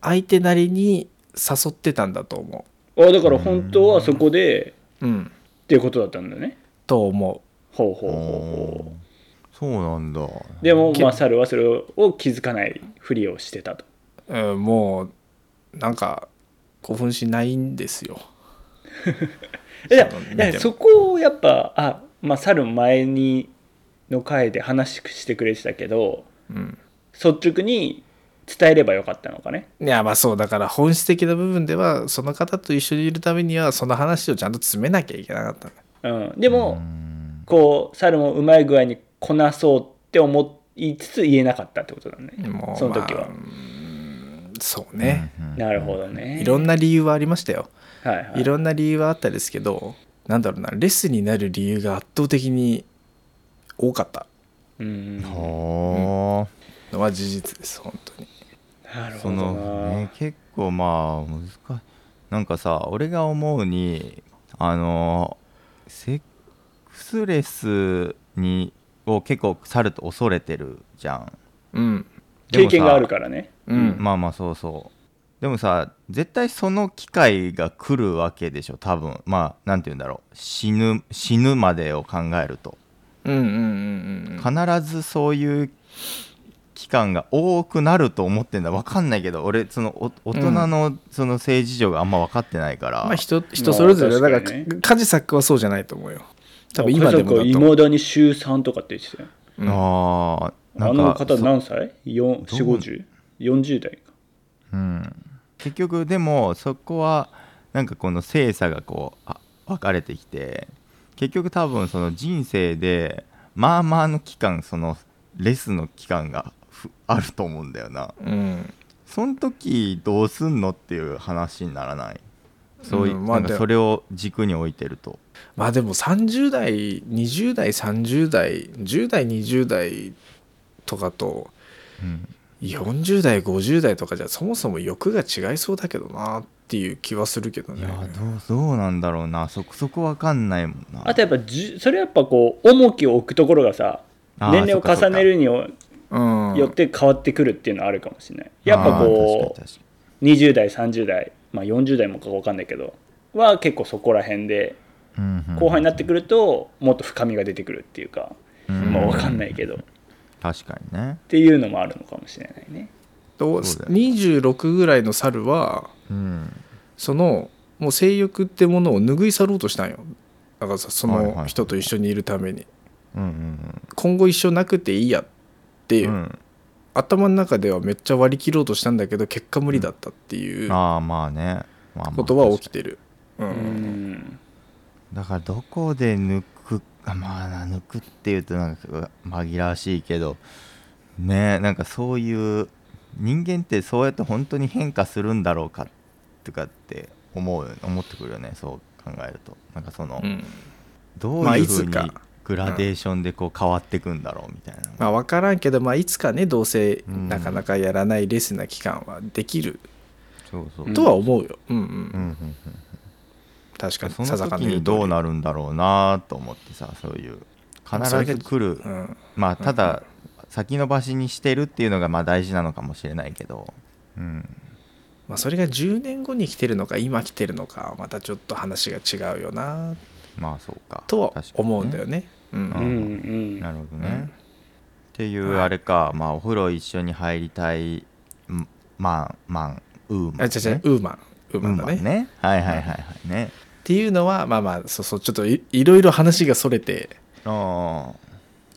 Speaker 6: 相手なりに誘ってたんだと思
Speaker 5: あだから本当はそこで
Speaker 6: う、うん、
Speaker 5: っていうことだったんだね
Speaker 6: と思
Speaker 5: ほうほうほ
Speaker 4: お
Speaker 5: うほ
Speaker 4: ーそうなんだ
Speaker 5: うでも
Speaker 6: け
Speaker 5: まあ猿はそれを気づかないふりをしてたと
Speaker 6: う、うん、もうなんか興奮しないんですよ
Speaker 5: えだ
Speaker 6: そうね
Speaker 5: だから
Speaker 6: でも
Speaker 5: そこをやっぱあまあ猿前にの回で話してくれてたけど、
Speaker 6: うん
Speaker 5: 率直に伝えればよかったのかね
Speaker 6: いやまあそうだから本質的な部分ではその方と一緒にいるためにはその話をちゃんと詰めなきゃいけなかったね
Speaker 5: うん、でも、こう猿もうまい具合にこなそうって思いつつ言えなかったってことだね
Speaker 6: もう
Speaker 5: その時は
Speaker 6: まあ、うんそうね、
Speaker 5: なるほどね
Speaker 6: いろんな理由はありましたよ
Speaker 5: はいはい
Speaker 6: いろんな理由はあったですけどなんだろうなレスになる理由が圧倒的に多かった
Speaker 5: うんなる
Speaker 4: ほ
Speaker 6: のは事実です本当に
Speaker 4: う
Speaker 5: ほ
Speaker 4: そ
Speaker 5: どな、
Speaker 4: の、ね、結構まあ難しいなんかさ俺が思うにあのセックスレスにを結構猿と恐れてるじゃん
Speaker 6: うん
Speaker 4: でも
Speaker 5: 経
Speaker 4: さ
Speaker 5: 験があるからね
Speaker 6: うん
Speaker 4: まあまあそうそうでもさ絶対その機会が来るわけでしょ多分まあなんて言うんだろう死ぬ死ぬまでを考えると
Speaker 6: うんうんうん
Speaker 4: 必ずそういう期間が多くなると思ってんだ分かんないけど俺そのお大人のその性事情があんま分かってないから、
Speaker 6: まあ人人それぞれ
Speaker 5: まあ
Speaker 6: だ
Speaker 5: 確
Speaker 6: か
Speaker 5: からにね
Speaker 6: 家事作家はそうじゃないと思うよ多分今でもだと
Speaker 5: い
Speaker 6: 思う
Speaker 5: まだに週3とかって言ってたよ
Speaker 6: うん
Speaker 4: あーな
Speaker 5: あ
Speaker 4: んか
Speaker 5: の方
Speaker 4: そ
Speaker 5: 何歳 ?4 4 5 0 4 0代か
Speaker 4: うん、結局でもそこはなんかこの性差がこうあ分かれてきて結局多分その人生でまあまあの期間そのレスの期間がふあると思うんだよな
Speaker 6: うん
Speaker 4: その時どうすんのっていう話にならないそういう、
Speaker 6: うんま
Speaker 4: な
Speaker 6: あ
Speaker 4: ん
Speaker 6: で
Speaker 4: かそれを軸に置いてると
Speaker 6: まあでも30代20代30代10代20代とかと
Speaker 4: うん
Speaker 6: 40代50代とかじゃそもそも欲が違いそうだけどなっていう気はするけど
Speaker 4: い
Speaker 6: ね
Speaker 4: やどうどうなんだろうなそこそこ分かんないもんな
Speaker 5: あとやっぱじゅそれやっぱこう重きを置くところがさ
Speaker 4: あー
Speaker 5: 年齢を重ねるによ
Speaker 6: うん
Speaker 5: よって変わってくるっていうのはあるかもしれないやっぱ
Speaker 4: あー
Speaker 5: こ
Speaker 4: 確
Speaker 5: う
Speaker 4: かに確か
Speaker 5: 20代30代、まあ、40代もか分かんないけどは結構そこら辺で
Speaker 4: にうんうん
Speaker 5: 後半になってくるともっと深みが出てくるっていうか、
Speaker 4: うん
Speaker 5: まあ、分かんないけどっ
Speaker 4: 確かにね
Speaker 5: ていうのもあるのかもしれないね
Speaker 6: と
Speaker 4: そうだよ
Speaker 6: 26ぐらいの猿は
Speaker 4: うん
Speaker 6: そのもう性欲ってものを拭い去ろうとしたんよだからさそ
Speaker 4: はいはいは
Speaker 6: の
Speaker 4: い
Speaker 6: 人と一緒にいるために
Speaker 4: うんうん
Speaker 6: 今後一緒なくていいやって、
Speaker 4: うんうん
Speaker 6: 頭の中ではめっちゃ割り切ろうとしたんだけど結果無理だったっていう
Speaker 4: ああまあね、まあまあ、
Speaker 6: ことは起きてる、う
Speaker 5: うんん
Speaker 4: だからどこで抜くあまあな抜くっていうとなんか紛らわしいけどねなんかそういう人間ってそうやって本当に変化するんだろうかとかって思う思ってくるよねそう考えるとなんかその、
Speaker 6: うん
Speaker 4: どう
Speaker 6: まあ
Speaker 4: いう
Speaker 6: い
Speaker 4: ふう
Speaker 6: つ
Speaker 4: に
Speaker 6: か
Speaker 4: グラデーションでこう変わっていくんだろうみたいな、
Speaker 6: まあ分からんけど、まあ、いつかねどうせ
Speaker 4: うん
Speaker 6: なかなかやらないレスな期間はできる
Speaker 4: そうそう、
Speaker 5: ん
Speaker 6: とは思うよ、うんう
Speaker 4: う
Speaker 6: ん
Speaker 4: んうん
Speaker 6: 確かに
Speaker 4: その
Speaker 6: 笹香
Speaker 4: 時
Speaker 6: 言
Speaker 4: に
Speaker 6: 通り
Speaker 4: どうなるんだろうなと思ってさそういう必ず来る、
Speaker 6: うん
Speaker 4: まあただ先延ばしにしてるっていうのがまあ大事なのかもしれないけど、うん、
Speaker 6: まあ、それが10年後に来てるのか今来てるのかはまたちょっと話が違うよな
Speaker 4: まあそうか
Speaker 6: とは
Speaker 4: 確かにね
Speaker 6: 思うんだよねうん
Speaker 5: うんうん
Speaker 4: なるほどね、
Speaker 6: うん
Speaker 4: っていうあれか、まあお風呂一緒に入りたいんマンマンウーマン、
Speaker 6: あ違う違うウーマンウー
Speaker 4: ウ
Speaker 6: マン
Speaker 4: ー
Speaker 6: だ
Speaker 4: マ
Speaker 6: ね
Speaker 4: ンねはいはいはいはいね
Speaker 6: っていうのはまあまあそうそうちょっといいろいろ話がそれて
Speaker 4: あ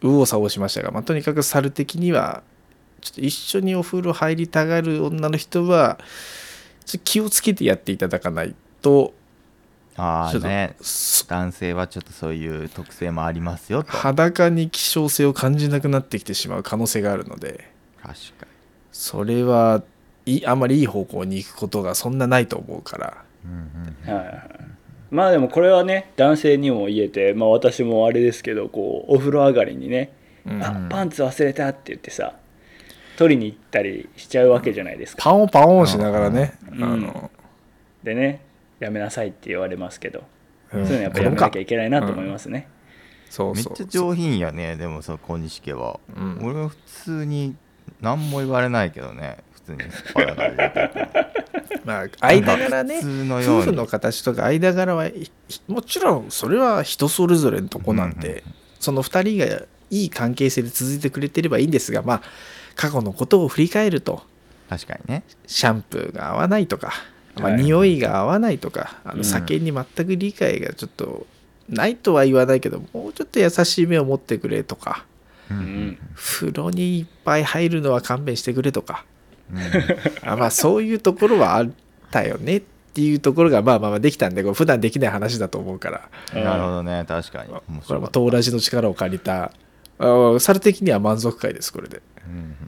Speaker 6: 右往左往しましたが、まあ、とにかく猿的にはちょっと一緒にお風呂入りたがる女の人はちょっと気をつけてやっていただかないと
Speaker 4: ーあ
Speaker 6: ちょ
Speaker 4: ー
Speaker 6: っと
Speaker 4: ね
Speaker 6: そ
Speaker 4: 男性はちょっとそういう特性もありますよと確か
Speaker 6: 裸に希少性を感じなくなってきてしまう可能性があるのでそれはいいあまりいい方向に行くことがそんなないと思うから
Speaker 4: に、うん
Speaker 5: はいはいはいまあでもこれはね男性にも言えて、まあ、私もあれですけどこうお風呂上がりにね、
Speaker 6: うん
Speaker 5: あパンツ忘れたって言ってさ取りに行ったりしちゃうわけじゃないですか
Speaker 6: パオンパオンしながらね、
Speaker 5: ん
Speaker 6: あの、
Speaker 5: でねやめなさいって言われますけど、
Speaker 6: うん
Speaker 5: そういうのやっぱやめなきゃいけないなと思いますね、
Speaker 6: そ
Speaker 4: うん
Speaker 6: う
Speaker 4: めっ
Speaker 6: そう
Speaker 4: ちゃ上品やねでもその小西家は、
Speaker 6: うん
Speaker 4: 俺は普通に何も言われないけどね普 通にスパラから出てくる
Speaker 6: まあ間柄
Speaker 4: 普
Speaker 6: ね
Speaker 4: 通のように
Speaker 6: 夫婦の形とか間柄はひもちろんそれは人それぞれのとこなんで、
Speaker 4: うんうん
Speaker 6: その2人がいい関係性で続いてくれてればいいんですがまあ過去のことを振り返ると
Speaker 4: 確かにね
Speaker 6: シャンプーが合わないとか、まあ、
Speaker 5: はい
Speaker 6: 匂いが合わないとか、あ
Speaker 5: うん
Speaker 6: の酒に全く理解がちょっとないとは言わないけどもうちょっと優しい目を持ってくれとか、
Speaker 5: うん
Speaker 6: 風呂にいっぱい入るのは勘弁してくれとか、あまあそういうところはあったよねっていうところがまあまあまあできたんでこう普段できない話だと思うから
Speaker 4: なるほどね確かに面
Speaker 6: これ
Speaker 4: 白
Speaker 6: も
Speaker 4: かった
Speaker 6: 友達の力を借りたあ猿的には満足回ですこれで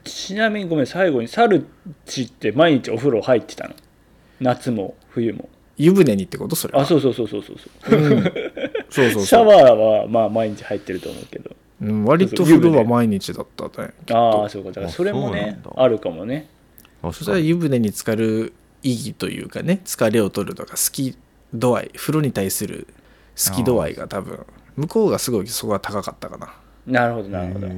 Speaker 5: ちなみにごめん最後にサルチって毎日お風呂入ってたの夏も冬も
Speaker 6: 湯船にってことそれは
Speaker 5: あそうそうそうそうそうそう
Speaker 6: そうそう
Speaker 5: シャ
Speaker 6: そう、
Speaker 5: ワーはまあ毎日入ってると思うけど
Speaker 6: うん、割と風呂は毎日だったね
Speaker 5: ああそうかだからそれも
Speaker 4: あそうな
Speaker 5: ね
Speaker 4: んだ
Speaker 5: あるかもね
Speaker 4: 確
Speaker 6: それ
Speaker 4: か
Speaker 6: は
Speaker 4: に
Speaker 6: 湯船に浸かる意義というかね疲れを取るとか好き度合い風呂に対する好き度合いが多分向こうがすごいそこが高かったかな
Speaker 5: なるほどなるほど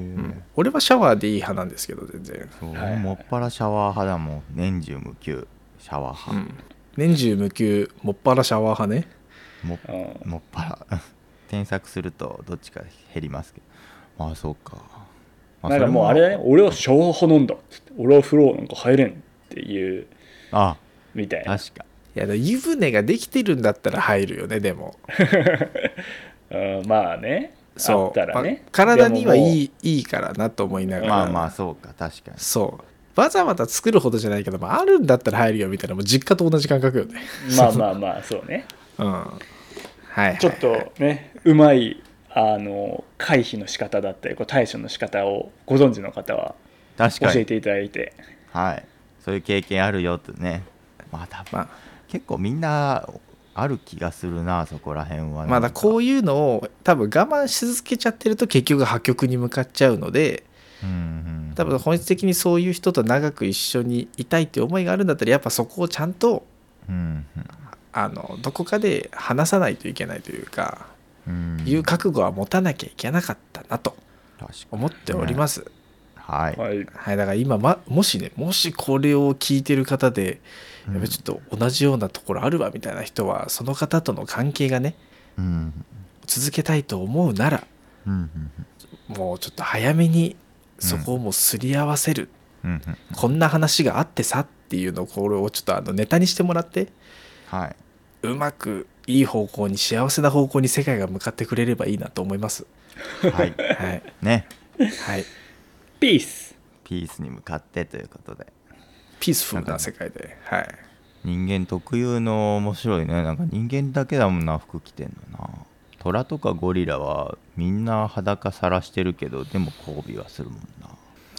Speaker 6: 俺はシャワーでいい派なんですけど全然
Speaker 4: そう
Speaker 5: はいはい
Speaker 4: もっぱらシャワー派だもん年中無休シャワー派、
Speaker 6: 年中無休もっぱらシャワー派ね
Speaker 4: も
Speaker 5: あー
Speaker 4: もっぱら 添削するとどっちか減りますけどまあそうか、ま
Speaker 5: なんかもうあれだね俺はシャワー派なんだっつって俺は風呂なんか入れんっていう
Speaker 4: あ
Speaker 5: みたいな
Speaker 4: 確か
Speaker 6: いやだから湯船ができてるんだったら入るよねでも
Speaker 5: うんまあねあっ
Speaker 6: そう、
Speaker 5: たらね
Speaker 6: まあ体には
Speaker 5: でももう
Speaker 6: いいいいからなと思いながら
Speaker 4: まあまあそうか確かに
Speaker 6: そうわざわざ作るほどじゃないけど、まあ、あるんだったら入るよみたいなもう実家と同じ感覚よね
Speaker 5: まあま あまあそうね
Speaker 6: うんはい、はい、
Speaker 5: ちょっとねうまいあの回避の仕方だったりこう対処の仕方をご存知の方は
Speaker 4: 確
Speaker 5: 教
Speaker 4: か
Speaker 5: え
Speaker 4: に
Speaker 5: ていただいて、
Speaker 4: はいそういう経験あるよってねまあ多分、
Speaker 6: まあ
Speaker 4: 結構みんなある気がするなそこら辺は
Speaker 6: まあだこ
Speaker 4: いう
Speaker 6: いうのを多分我慢し続けちゃってると結局破局に向かっちゃうので
Speaker 4: うん、うん、
Speaker 6: 多分本質的にそういう人と長く一緒にいたいって思いがあるんだったらやっぱそこをちゃんと
Speaker 4: うんうん
Speaker 6: あのどこかで話さないといけないというか、
Speaker 4: うん
Speaker 6: いう覚悟は持たなきゃいけなかったなと
Speaker 4: 確かに
Speaker 6: 思っております。
Speaker 4: はい、
Speaker 5: はい、
Speaker 6: はい、だから今、ま、もしねもしこれを聞いてる方で、
Speaker 4: うん
Speaker 6: やっぱちょっと同じようなところあるわみたいな人はその方との関係がね
Speaker 4: うん
Speaker 6: 続けたいと思うなら
Speaker 4: うんうん
Speaker 6: もうちょっと早めにそこをもうすり合わせる、
Speaker 4: うんうん
Speaker 6: こんな話があってさっていうのをこれをちょっとあのネタにしてもらって
Speaker 4: はいう
Speaker 6: まくいい方向に幸せな方向に世界が向かってくれればいいなと思います。
Speaker 4: はい
Speaker 6: はい、
Speaker 4: ね
Speaker 6: はい、
Speaker 5: ピース
Speaker 4: ピースに向かってということで
Speaker 6: ピースフルな世界で、はい、
Speaker 4: 人間特有の面白いねなんか人間だけだもんな服着てんのな虎とかゴリラはみんな裸さらしてるけどでも交尾はするもんな、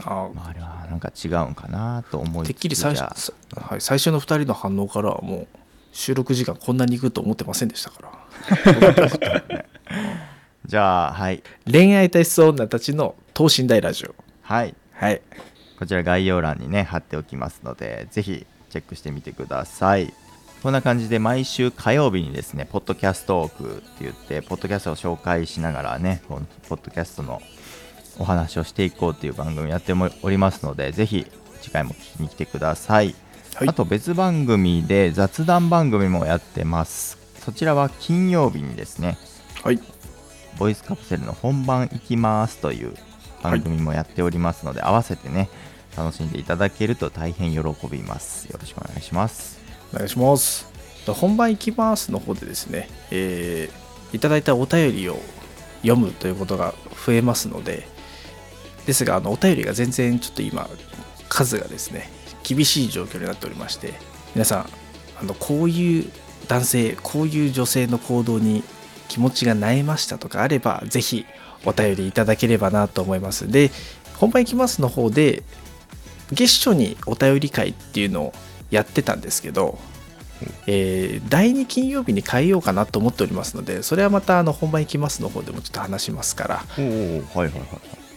Speaker 6: あ
Speaker 4: まあ、あれはなんか違うんかなと思いつ
Speaker 6: てっきり最
Speaker 4: じゃあ
Speaker 6: 初,さ、はい、最初の2人の反応からはもう収録時間こんなにいくと思ってませんでしたから
Speaker 4: じゃあはい
Speaker 6: 恋愛体質女たちの等身大ラジオ
Speaker 4: はい
Speaker 6: はい
Speaker 4: こちら概要欄にね貼っておきますのでぜひチェックしてみてくださいこんな感じで毎週火曜日にですねポッドキャストトークって言ってポッドキャストを紹介しながらねこのポッドキャストのお話をしていこうという番組やっておりますのでぜひ次回も聞きに来てください、
Speaker 6: はい
Speaker 4: あと別番組で雑談番組もやってますそちらは金曜日にですね
Speaker 6: はい
Speaker 4: ボイスカプセルの本番行きますという番組もやっておりますので、合わせてね楽しんでいただけると大変喜びますよろしくお願いします
Speaker 6: お願いします本番いきますの方でですねえーいただいたお便りを読むということが増えますのでですがあのお便りが全然ちょっと今数がですね厳しい状況になっておりまして皆さんあのこういう男性こういう女性の行動に気持ちが萎えましたとかあればぜひお便りいただければなと思いますで本番いきますの方で月初にお便り会っていうのをやってたんですけど、えー第2金曜日に変えようかなと思っておりますのでそれはまたあの本番いきますの方でもちょっと話しますから、
Speaker 4: おおはいはいはい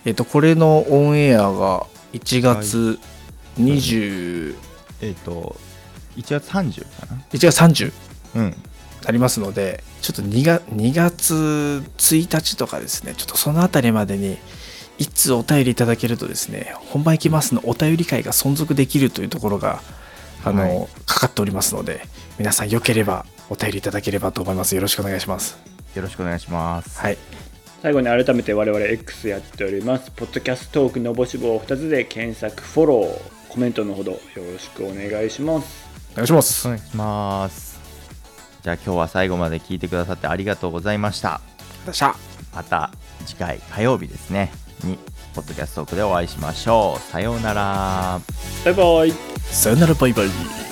Speaker 6: えっとこれのオンエアが1月20、
Speaker 4: えっ、と1月30かな
Speaker 6: 1月30
Speaker 4: うん
Speaker 6: ありますのでちょっと 2, が2月1日とかですねちょっとそのあたりまでにいつお便りいただけるとですね本番いきますのお便り会が存続できるというところがあの、
Speaker 4: は
Speaker 6: かかっておりますので皆さんよければお便りいただければと思いますよろしくお願いします
Speaker 4: よろしくお願いします
Speaker 6: はい
Speaker 5: 最後に改めて我々 X やっておりますポッドキャストトークのぼし棒を2つで検索フォローコメントのほどよろしくお願いします
Speaker 6: お願いします
Speaker 4: お願いしますじゃあ今日は最後まで聞いてくださってありがとうございました
Speaker 6: よっしゃ
Speaker 4: また次回火曜日ですねにポッドキャストトークでお会いしましょう。さようなら。
Speaker 5: バイバイ
Speaker 6: さよならバイバイ